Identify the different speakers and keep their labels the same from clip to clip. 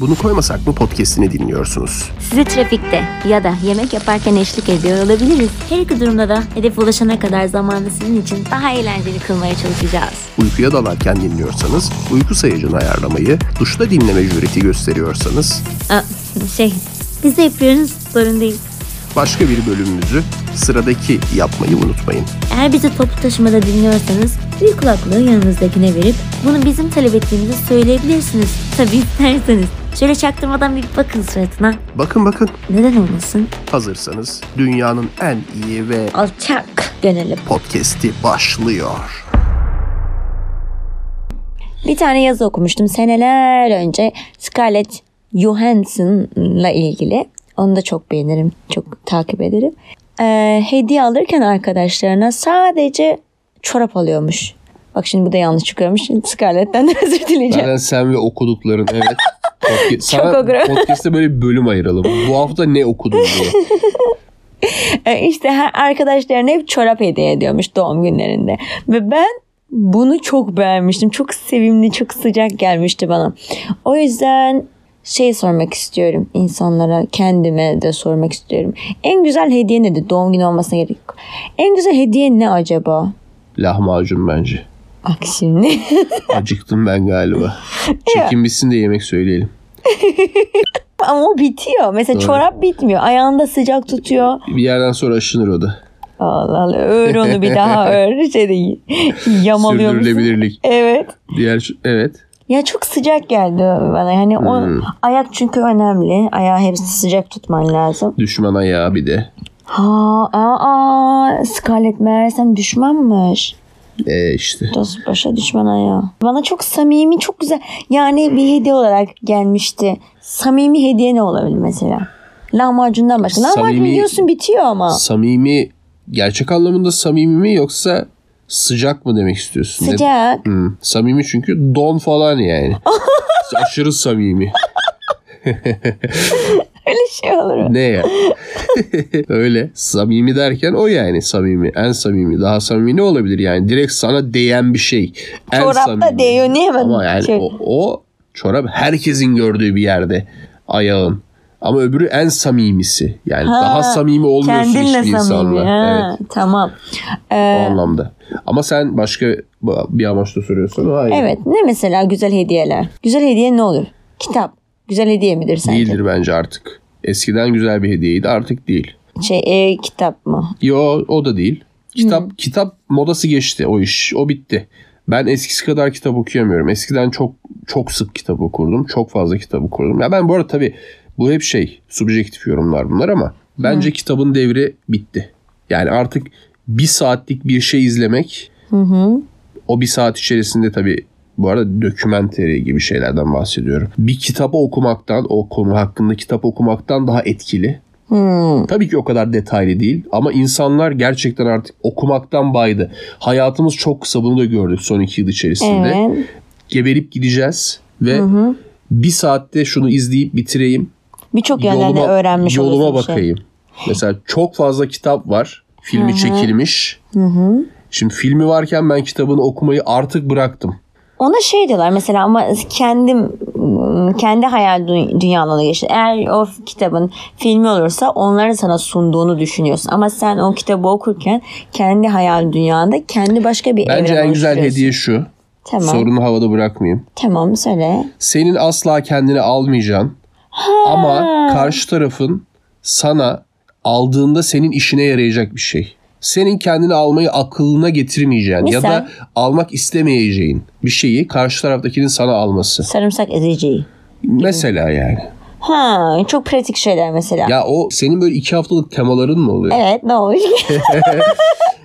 Speaker 1: Bunu koymasak mı podcastini dinliyorsunuz?
Speaker 2: Sizi trafikte ya da yemek yaparken eşlik ediyor olabiliriz. Her iki durumda da hedefe ulaşana kadar zamanı sizin için daha eğlenceli kılmaya çalışacağız.
Speaker 1: Uykuya dalarken dinliyorsanız uyku sayacını ayarlamayı, duşta dinleme jüreti gösteriyorsanız
Speaker 2: Aa, şey, biz de yapıyoruz, sorun değil.
Speaker 1: başka bir bölümümüzü sıradaki yapmayı unutmayın.
Speaker 2: Eğer bizi toplu taşımada dinliyorsanız bir kulaklığı yanınızdakine verip bunu bizim talep ettiğimizi söyleyebilirsiniz. Tabii isterseniz. Şöyle çaktırmadan bir bakın suratına.
Speaker 1: Bakın bakın
Speaker 2: Neden olmasın?
Speaker 1: hazırsanız dünyanın en iyi ve
Speaker 2: Alçak gönüllü.
Speaker 1: podcast'i başlıyor.
Speaker 2: Bir tane yazı okumuştum seneler önce Scarlett Johansson'la ilgili. Onu da çok beğenirim, çok takip ederim. Ee, hediye alırken arkadaşlarına sadece çorap alıyormuş. Bak şimdi bu da yanlış çıkıyormuş. Scarlett'ten de özür dileyeceğim.
Speaker 1: Zaten sen ve okudukların evet. Podca-
Speaker 2: Çok
Speaker 1: Sana
Speaker 2: okurum.
Speaker 1: podcast'te böyle bir bölüm ayıralım. Bu hafta ne okudun diye.
Speaker 2: E, İşte her arkadaşlarına hep çorap hediye ediyormuş doğum günlerinde. Ve ben bunu çok beğenmiştim. Çok sevimli, çok sıcak gelmişti bana. O yüzden şey sormak istiyorum insanlara, kendime de sormak istiyorum. En güzel hediye nedir? Doğum günü olmasına gerek yok. En güzel hediye ne acaba?
Speaker 1: Lahmacun bence.
Speaker 2: Bak şimdi.
Speaker 1: Acıktım ben galiba. Çekinmişsin de yemek söyleyelim.
Speaker 2: Ama o bitiyor. Mesela
Speaker 1: Doğru.
Speaker 2: çorap bitmiyor. Ayağında sıcak tutuyor.
Speaker 1: Bir yerden sonra aşınır o da.
Speaker 2: Allah Allah. Ör onu bir daha ör. Şey de yamalıyormuşsun.
Speaker 1: Sürdürülebilirlik.
Speaker 2: Evet.
Speaker 1: Diğer evet.
Speaker 2: Ya çok sıcak geldi bana. Hani o
Speaker 1: Hmm.
Speaker 2: ayak çünkü önemli. Ayağı hep sıcak tutman lazım.
Speaker 1: Düşman ayağı bir de.
Speaker 2: Ha, aa, Scarlett meğersem düşmanmış.
Speaker 1: E işte.
Speaker 2: Dost başa düşman ayağı. Bana çok samimi, çok güzel. Yani bir hediye olarak gelmişti. Samimi hediye ne olabilir mesela? Lahmacundan başka. Lahmacun
Speaker 1: Samimi-
Speaker 2: yiyorsun bitiyor ama.
Speaker 1: Samimi gerçek anlamında samimi mi yoksa sıcak mı demek istiyorsun? Ne-
Speaker 2: Sıcak.
Speaker 1: Hmm, samimi çünkü don falan yani. Aşırı samimi.
Speaker 2: Öyle şey olur mu?
Speaker 1: Ne ya? Öyle samimi derken o yani samimi. En samimi. Daha samimi ne olabilir yani? Direkt sana değen bir şey. En
Speaker 2: Çorapta
Speaker 1: samimi.
Speaker 2: değiyor. Niye hemen?
Speaker 1: Ama yani
Speaker 2: şey-
Speaker 1: o, o çorap herkesin gördüğü bir yerde ayağın. Ama öbürü en samimisi. Yani
Speaker 2: Ha,
Speaker 1: daha samimi olmuyorsun hiçbir
Speaker 2: Kendinle samimi.
Speaker 1: insanla.
Speaker 2: Ha,
Speaker 1: Evet,
Speaker 2: Tamam.
Speaker 1: o
Speaker 2: Ee,
Speaker 1: anlamda. Ama sen başka bir amaçla soruyorsun. Hayır.
Speaker 2: Evet ne mesela güzel hediyeler? Güzel hediye ne olur? Kitap. Güzel hediye midir sence?
Speaker 1: Değildir bence artık. Eskiden güzel bir hediyeydi artık değil.
Speaker 2: Şey e, kitap mı?
Speaker 1: Yo o da değil. Kitap kitap modası geçti o iş. O bitti. Ben eskisi kadar kitap okuyamıyorum. Eskiden çok çok sık kitap okurdum. Çok fazla kitap okurdum. Ya ben bu arada tabii bu hep şey subjektif yorumlar bunlar ama bence kitabın devri bitti. Yani artık bir saatlik bir şey izlemek
Speaker 2: Hı hı.
Speaker 1: o bir saat içerisinde tabii bu arada dokümenteri gibi şeylerden bahsediyorum. Bir kitabı okumaktan, o konu hakkında kitap okumaktan daha etkili.
Speaker 2: Hmm.
Speaker 1: Tabii ki o kadar detaylı değil ama insanlar gerçekten artık okumaktan baydı. Hayatımız çok kısa bunu da gördük son iki yıl içerisinde.
Speaker 2: Evet.
Speaker 1: Geberip gideceğiz ve
Speaker 2: Hı hı.
Speaker 1: bir saatte şunu izleyip bitireyim.
Speaker 2: Birçok yerlerde öğrenmiş
Speaker 1: yoluma
Speaker 2: olursun bir şey.
Speaker 1: bakayım. Mesela çok fazla kitap var. Filmi
Speaker 2: Hı hı.
Speaker 1: çekilmiş.
Speaker 2: Hı hı.
Speaker 1: Şimdi filmi varken ben kitabını okumayı artık bıraktım.
Speaker 2: Ona şey diyorlar mesela ama kendim kendi hayal dü- dünyalarına geçti. Eğer o f- kitabın filmi olursa onların sana sunduğunu düşünüyorsun. Ama sen o kitabı okurken kendi hayal dünyanda kendi başka bir
Speaker 1: Bence
Speaker 2: evren
Speaker 1: en güzel
Speaker 2: oluşturuyorsun.
Speaker 1: hediye şu.
Speaker 2: Tamam.
Speaker 1: Sorunu havada bırakmayayım.
Speaker 2: Tamam söyle.
Speaker 1: Senin asla kendini almayacaksın. Ama karşı tarafın sana aldığında senin işine yarayacak bir şey. Senin kendini almayı aklına getirmeyeceğin ya
Speaker 2: Misal?
Speaker 1: da almak istemeyeceğin bir şeyi karşı taraftakinin sana alması.
Speaker 2: Sarımsak ezeceği.
Speaker 1: Mesela yani.
Speaker 2: Ha, çok pratik şeyler mesela.
Speaker 1: Ya o senin böyle iki haftalık temaların mı oluyor?
Speaker 2: Evet ne olmuş?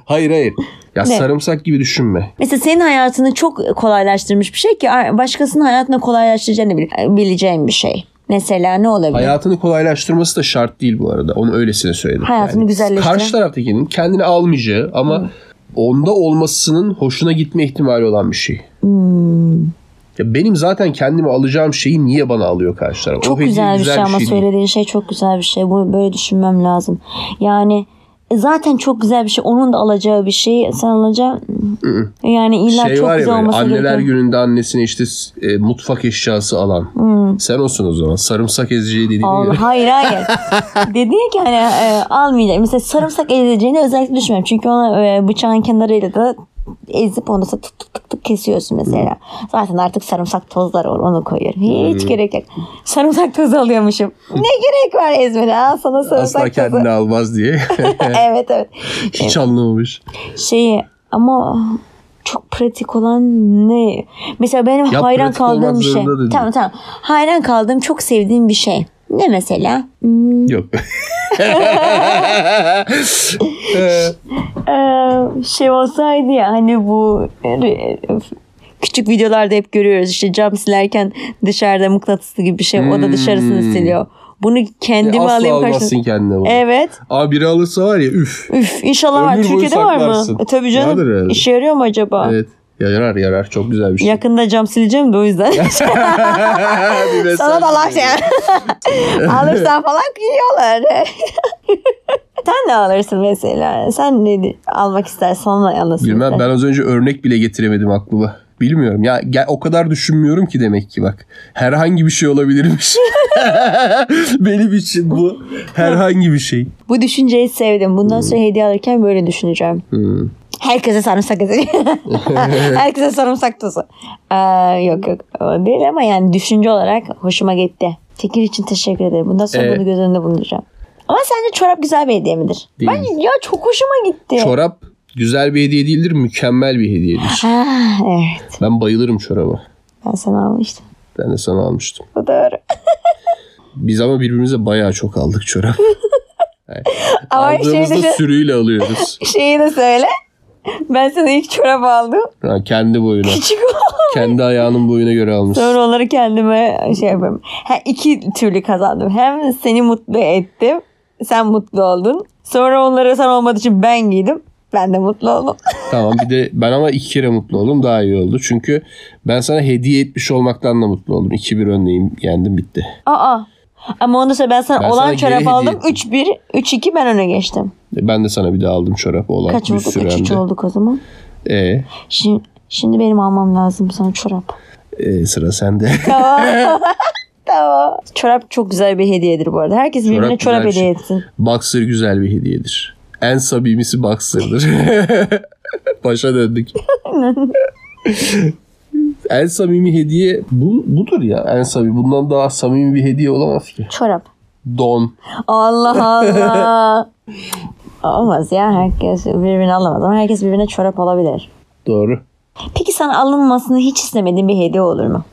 Speaker 1: Hayır hayır. Ya
Speaker 2: Ne?
Speaker 1: sarımsak gibi düşünme.
Speaker 2: mesela senin hayatını çok kolaylaştırmış bir şey ki başkasının hayatını kolaylaştıracağını bil- bileceğin bir şey. Mesela ne olabilir?
Speaker 1: Hayatını kolaylaştırması da şart değil bu arada. Onu öylesine söyledim.
Speaker 2: Hayatını güzelleştiren-
Speaker 1: Karşı taraftakinin kendini almayacağı ama onda olmasının hoşuna gitme ihtimali olan bir şey.
Speaker 2: Hmm.
Speaker 1: Ya benim zaten kendimi alacağım şeyi niye bana alıyor karşı taraf? O
Speaker 2: çok
Speaker 1: hediye
Speaker 2: güzel bir şey ama
Speaker 1: değil.
Speaker 2: söylediğin şey çok güzel bir şey. Bu böyle düşünmem lazım. Yani zaten çok güzel bir şey. Onun da alacağı bir şey. Sen alacağı yani illa
Speaker 1: şey
Speaker 2: çok
Speaker 1: var ya
Speaker 2: güzel
Speaker 1: böyle
Speaker 2: olması
Speaker 1: anneler
Speaker 2: gerekiyor.
Speaker 1: gününde annesine işte e, mutfak eşyası alan. Sen olsun o zaman. Sarımsak eziciği dediğin
Speaker 2: Hmm. Al,
Speaker 1: gibi.
Speaker 2: hayır hayır. Dedi ya ki hani e, almayacak. Mesela sarımsak ezeceğini özellikle düşünmüyorum. Çünkü onu e, bıçağın kenarıyla da ezip onu tık tık tık tık kesiyorsun mesela. Zaten artık sarımsak tozları var onu koyuyorum. Hiç gerek yok. Sarımsak tozu alıyormuşum. ne gerek var ezmene? Al sana sarımsak
Speaker 1: Asla
Speaker 2: tozu.
Speaker 1: kendini almaz diye.
Speaker 2: evet evet.
Speaker 1: Hiç anlamamış.
Speaker 2: şeyi ama çok pratik olan ne? Mesela benim
Speaker 1: Ya
Speaker 2: hayran
Speaker 1: pratik olmak
Speaker 2: kaldığım bir şey.
Speaker 1: zorunda da değil.
Speaker 2: Tamam tamam. Hayran kaldığım çok sevdiğim bir şey. Ne mesela? Hmm,
Speaker 1: Yok.
Speaker 2: eee, şey olsaydı ya hani bu küçük videolarda hep görüyoruz işte cam silerken dışarıda mıknatıslı gibi bir şey o da dışarısını siliyor. Bunu kendime
Speaker 1: Hmm. Asla
Speaker 2: alayım
Speaker 1: almazsın
Speaker 2: karşına.
Speaker 1: kendine bunu.
Speaker 2: Evet.
Speaker 1: Abi biri alırsa var ya üf.
Speaker 2: Üf inşallah var.
Speaker 1: Ömür boyu
Speaker 2: Türkiye'de var mı?
Speaker 1: saklarsın.
Speaker 2: E, tabii canım.
Speaker 1: Vardır E, herhalde.
Speaker 2: İşe yarıyor mu acaba?
Speaker 1: Evet. Ya yarar yarar. Çok güzel bir şey.
Speaker 2: Yakında cam sileceğim de o yüzden.
Speaker 1: Bir de
Speaker 2: Sana
Speaker 1: sen-
Speaker 2: da laf ya. Alırsan falan gülüyorlar. Sen ne alırsın mesela? Sen ne almak istersen onu alırsın.
Speaker 1: Bilmem ben az önce örnek bile getiremedim aklıma. Bilmiyorum ya gel, o kadar düşünmüyorum ki demek ki bak. Herhangi bir şey olabilirmiş. Benim için bu herhangi bir şey.
Speaker 2: Bu düşünceyi sevdim. Bundan sonra hediye alırken böyle düşüneceğim.
Speaker 1: Hmm.
Speaker 2: Herkese sarımsak ezeli. Herkese sarımsak tozu. Aa, yok yok o değil ama yani düşünce olarak hoşuma gitti. Fikir için teşekkür ederim. Bundan sonra
Speaker 1: Ee,
Speaker 2: bunu göz önünde bulunduracağım. Ama sence çorap güzel bir hediye midir?
Speaker 1: Değil.
Speaker 2: Ben, ya çok hoşuma gitti.
Speaker 1: Çorap güzel bir hediye değildir mükemmel bir hediyedir.
Speaker 2: Ah, evet.
Speaker 1: Ben bayılırım çoraba.
Speaker 2: Ben sana almıştım.
Speaker 1: Ben de sana almıştım.
Speaker 2: Bu doğru.
Speaker 1: Biz ama birbirimize bayağı çok aldık çorap.
Speaker 2: Ama şey
Speaker 1: Aldığımızda
Speaker 2: de,
Speaker 1: sürüyle alıyoruz.
Speaker 2: şeyi de söyle. Ben sana ilk çorap aldım.
Speaker 1: Ha, kendi boyuna.
Speaker 2: Küçük
Speaker 1: kendi ayağının boyuna göre almış.
Speaker 2: Sonra onları kendime şey yapıyorum. Ha, iki türlü kazandım. Hem seni mutlu ettim. Sen mutlu oldun. Sonra onları sen olmadığı için ben giydim. Ben de mutlu oldum.
Speaker 1: Tamam bir de ben ama iki kere mutlu oldum daha iyi oldu. Çünkü ben sana hediye etmiş olmaktan da mutlu oldum. 2-1 öndeyim yendim bitti.
Speaker 2: Aa. Ama ondan sonra ben sana
Speaker 1: Ben sana
Speaker 2: olan
Speaker 1: geri
Speaker 2: çorap
Speaker 1: hediye
Speaker 2: aldım.
Speaker 1: ettim.
Speaker 2: 3-1, 3-2 ben öne geçtim.
Speaker 1: Ben de sana bir daha aldım çorap olan
Speaker 2: Kaç
Speaker 1: bir
Speaker 2: olduk?
Speaker 1: sürü
Speaker 2: 3-3
Speaker 1: hem de.
Speaker 2: olduk o zaman.
Speaker 1: Ee,
Speaker 2: Şimdi, şimdi benim almam lazım sana çorap.
Speaker 1: e, sıra sende.
Speaker 2: Tamam. tamam. Çorap çok güzel bir hediyedir bu arada. Herkes birbirine
Speaker 1: güzel
Speaker 2: çorap
Speaker 1: bir şey.
Speaker 2: hediye etsin.
Speaker 1: Boxer güzel bir hediyedir. En samimisi boxer'dır. Başa döndük. en samimi hediye bu, budur ya. En samimi. Bundan daha samimi bir hediye olamaz ki.
Speaker 2: Çorap.
Speaker 1: Don.
Speaker 2: Allah Allah. Olmaz ya herkes birbirine alamaz ama herkes birbirine çorap alabilir.
Speaker 1: Doğru.
Speaker 2: Peki sana alınmasını hiç istemediğin bir hediye olur mu?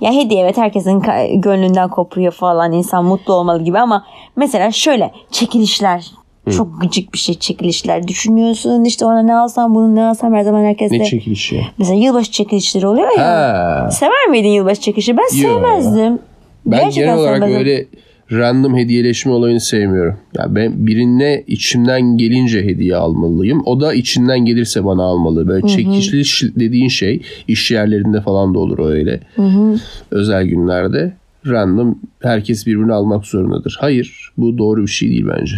Speaker 2: Ya hediye evet herkesin ka- gönlünden kopuyor falan insan mutlu olmalı gibi ama mesela şöyle çekilişler çok gıcık bir şey çekilişler düşünüyorsun işte ona ne alsam bunu ne alsam her zaman herkes
Speaker 1: Ne
Speaker 2: de
Speaker 1: çekilişi.
Speaker 2: mesela yılbaşı çekilişleri oluyor ya
Speaker 1: Ha.
Speaker 2: sever miydin yılbaşı çekilişi ben
Speaker 1: Yo.
Speaker 2: sevmezdim
Speaker 1: Ben genel olarak
Speaker 2: sevmezdim.
Speaker 1: böyle random hediyeleşme olayını sevmiyorum. Ya ben birine içimden gelince hediye almalıyım. O da içinden gelirse bana almalı. Böyle çekiliş dediğin şey iş yerlerinde falan da olur o öyle. Özel günlerde random herkes birbirini almak zorundadır. Hayır, bu doğru bir şey değil bence.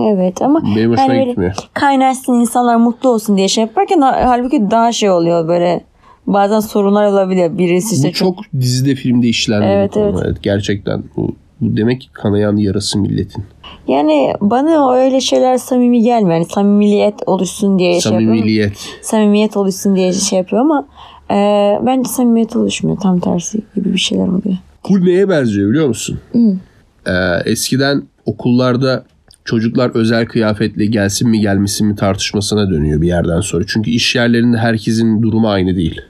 Speaker 2: Evet ama
Speaker 1: Benim hoşuma
Speaker 2: hani böyle
Speaker 1: gitmiyor.
Speaker 2: Kaynaşsın insanlar mutlu olsun diye şey yaparken ha- halbuki daha şey oluyor böyle bazen sorunlar olabiliyor birisi işte
Speaker 1: bu çok dizide, filmde işlendi bu
Speaker 2: Evet,
Speaker 1: konu.
Speaker 2: evet.
Speaker 1: Evet, gerçekten bu, bu demek ki kanayan yarası milletin.
Speaker 2: yani bana öyle şeyler samimi gelmiyor yani samimiyet oluşsun diye şey yapıyor ama-
Speaker 1: Samimiyet.
Speaker 2: samimiyet oluşsun diye şey yapıyor ama e, bence samimiyet oluşmuyor tam tersi gibi bir şeyler oluyor
Speaker 1: Bu neye benziyor biliyor musun? Ee, eskiden okullarda çocuklar özel kıyafetle gelsin mi gelmesin mi tartışmasına dönüyor bir yerden sonra. Çünkü iş yerlerinde herkesin durumu aynı değil.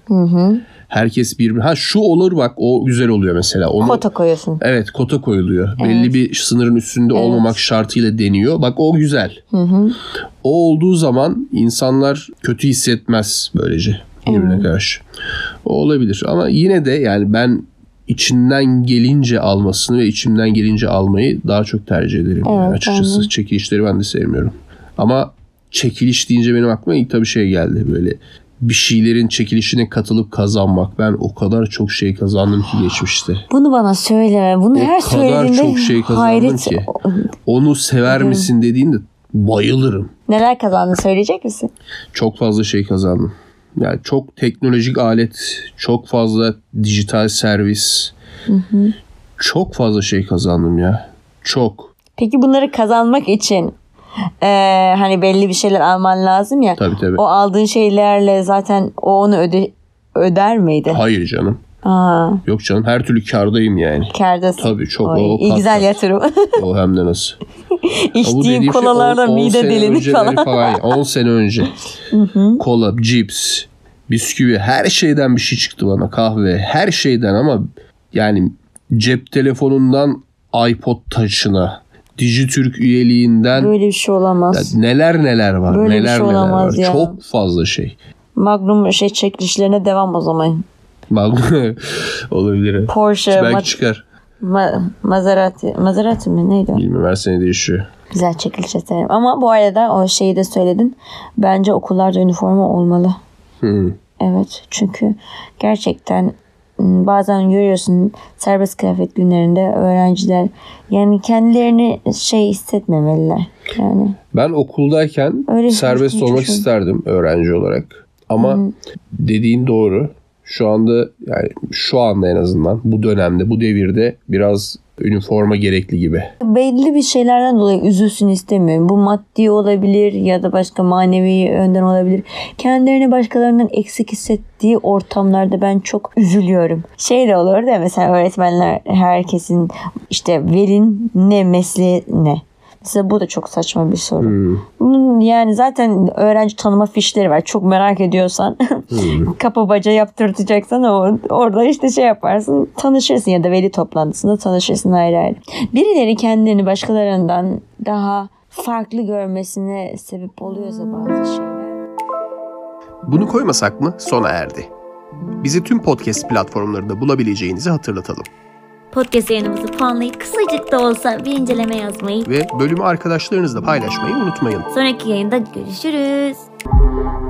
Speaker 1: Herkes bir ha şu olur bak o güzel oluyor mesela. Onu
Speaker 2: kota koyuyorsun
Speaker 1: Evet kota koyuluyor. Belli bir sınırın üstünde olmamak şartıyla deniyor. Bak o güzel. O olduğu zaman insanlar kötü hissetmez böylece birbirine karşı. O olabilir ama yine de yani ben içinden gelince almasını ve içimden gelince almayı daha çok tercih ederim. yani
Speaker 2: Evet,
Speaker 1: açıkçası çekilişleri ben de sevmiyorum. Ama çekiliş deyince benim aklıma ilk tabii şey geldi böyle bir şeylerin çekilişine katılıp kazanmak. Ben o kadar çok şey kazandım ki geçmişte.
Speaker 2: bunu bana söyleme bunu
Speaker 1: O
Speaker 2: her
Speaker 1: kadar
Speaker 2: söylediğinde
Speaker 1: çok şey kazandım
Speaker 2: hayret
Speaker 1: ki. Onu sever misin dediğinde Bayılırım.
Speaker 2: Neler kazandın söyleyecek misin?
Speaker 1: Çok fazla şey kazandım. Yani çok teknolojik alet, çok fazla dijital servis. Çok fazla şey kazandım ya. Çok.
Speaker 2: Peki bunları kazanmak için e, hani belli bir şeyler alman lazım ya.
Speaker 1: Tabii tabii.
Speaker 2: O aldığın şeylerle zaten o onu öde, öder miydi?
Speaker 1: Hayır canım.
Speaker 2: Aa,
Speaker 1: Yok canım her türlü kârdayım yani.
Speaker 2: kârdasın.
Speaker 1: Tabii çok
Speaker 2: Oy,
Speaker 1: o
Speaker 2: iyi
Speaker 1: kat
Speaker 2: güzel
Speaker 1: kat.
Speaker 2: yatırım.
Speaker 1: O hem de nasıl. Ha, bu
Speaker 2: İçtiğin
Speaker 1: dediğim şey
Speaker 2: kolalarla
Speaker 1: on- on
Speaker 2: mide
Speaker 1: sene
Speaker 2: delinir
Speaker 1: önceleri
Speaker 2: falan.
Speaker 1: falan. 10 sene önce. Kola, cips, bisküvi her şeyden bir şey çıktı bana. Kahve her şeyden ama yani cep telefonundan iPod taşına, Dijitürk üyeliğinden
Speaker 2: Böyle bir şey olamaz.
Speaker 1: ya neler neler var.
Speaker 2: Böyle bir
Speaker 1: neler
Speaker 2: şey
Speaker 1: neler
Speaker 2: olamaz
Speaker 1: var.
Speaker 2: ya.
Speaker 1: Çok fazla şey.
Speaker 2: Magnum şey çekilişlerine devam o zaman.
Speaker 1: Bak olabilir.
Speaker 2: Porsche,
Speaker 1: Belki
Speaker 2: Ma-
Speaker 1: çıkar.
Speaker 2: Ma- Maserati, Maserati mi neydi? o?
Speaker 1: Bilmiyorum her sene değişiyor.
Speaker 2: Güzel çekiliş eserim. Ama bu arada o şeyi de söyledin. Bence okullarda üniforma olmalı.
Speaker 1: Hı.
Speaker 2: Evet çünkü gerçekten m, bazen görüyorsun serbest kıyafet günlerinde öğrenciler yani kendilerini şey hissetmemeliler. Yani
Speaker 1: Ben okuldayken
Speaker 2: Öyle
Speaker 1: serbest
Speaker 2: hiç- hiç
Speaker 1: olmak
Speaker 2: hoşuma-
Speaker 1: isterdim öğrenci olarak. Ama dediğin doğru. Şu anda yani şu anda en azından bu dönemde bu devirde biraz üniforma gerekli gibi.
Speaker 2: belli bir şeylerden dolayı üzülsün istemiyorum. Bu maddi olabilir ya da başka manevi yönden olabilir. Kendilerini başkalarından eksik hissettiği ortamlarda ben çok üzülüyorum. Şey de olur da mesela öğretmenler herkesin işte velin ne mesleği ne. Mesela bu da çok saçma bir soru.
Speaker 1: Hmm.
Speaker 2: Bunun yani zaten öğrenci tanıma fişleri var. Çok merak ediyorsan kapı baca yaptırtacaksan o, orada işte şey yaparsın tanışırsın ya da veli toplantısında tanışırsın ayrı ayrı. Birileri kendilerini başkalarından daha farklı görmesine sebep oluyorsa bazı şeyler.
Speaker 1: Bunu koymasak mı sona erdi. Bizi tüm podcast platformlarında bulabileceğinizi hatırlatalım.
Speaker 3: Podcast yayınımızı puanlayıp kısacık da olsa bir inceleme yazmayı.
Speaker 1: Ve bölümü arkadaşlarınızla paylaşmayı unutmayın.
Speaker 3: Sonraki yayında görüşürüz.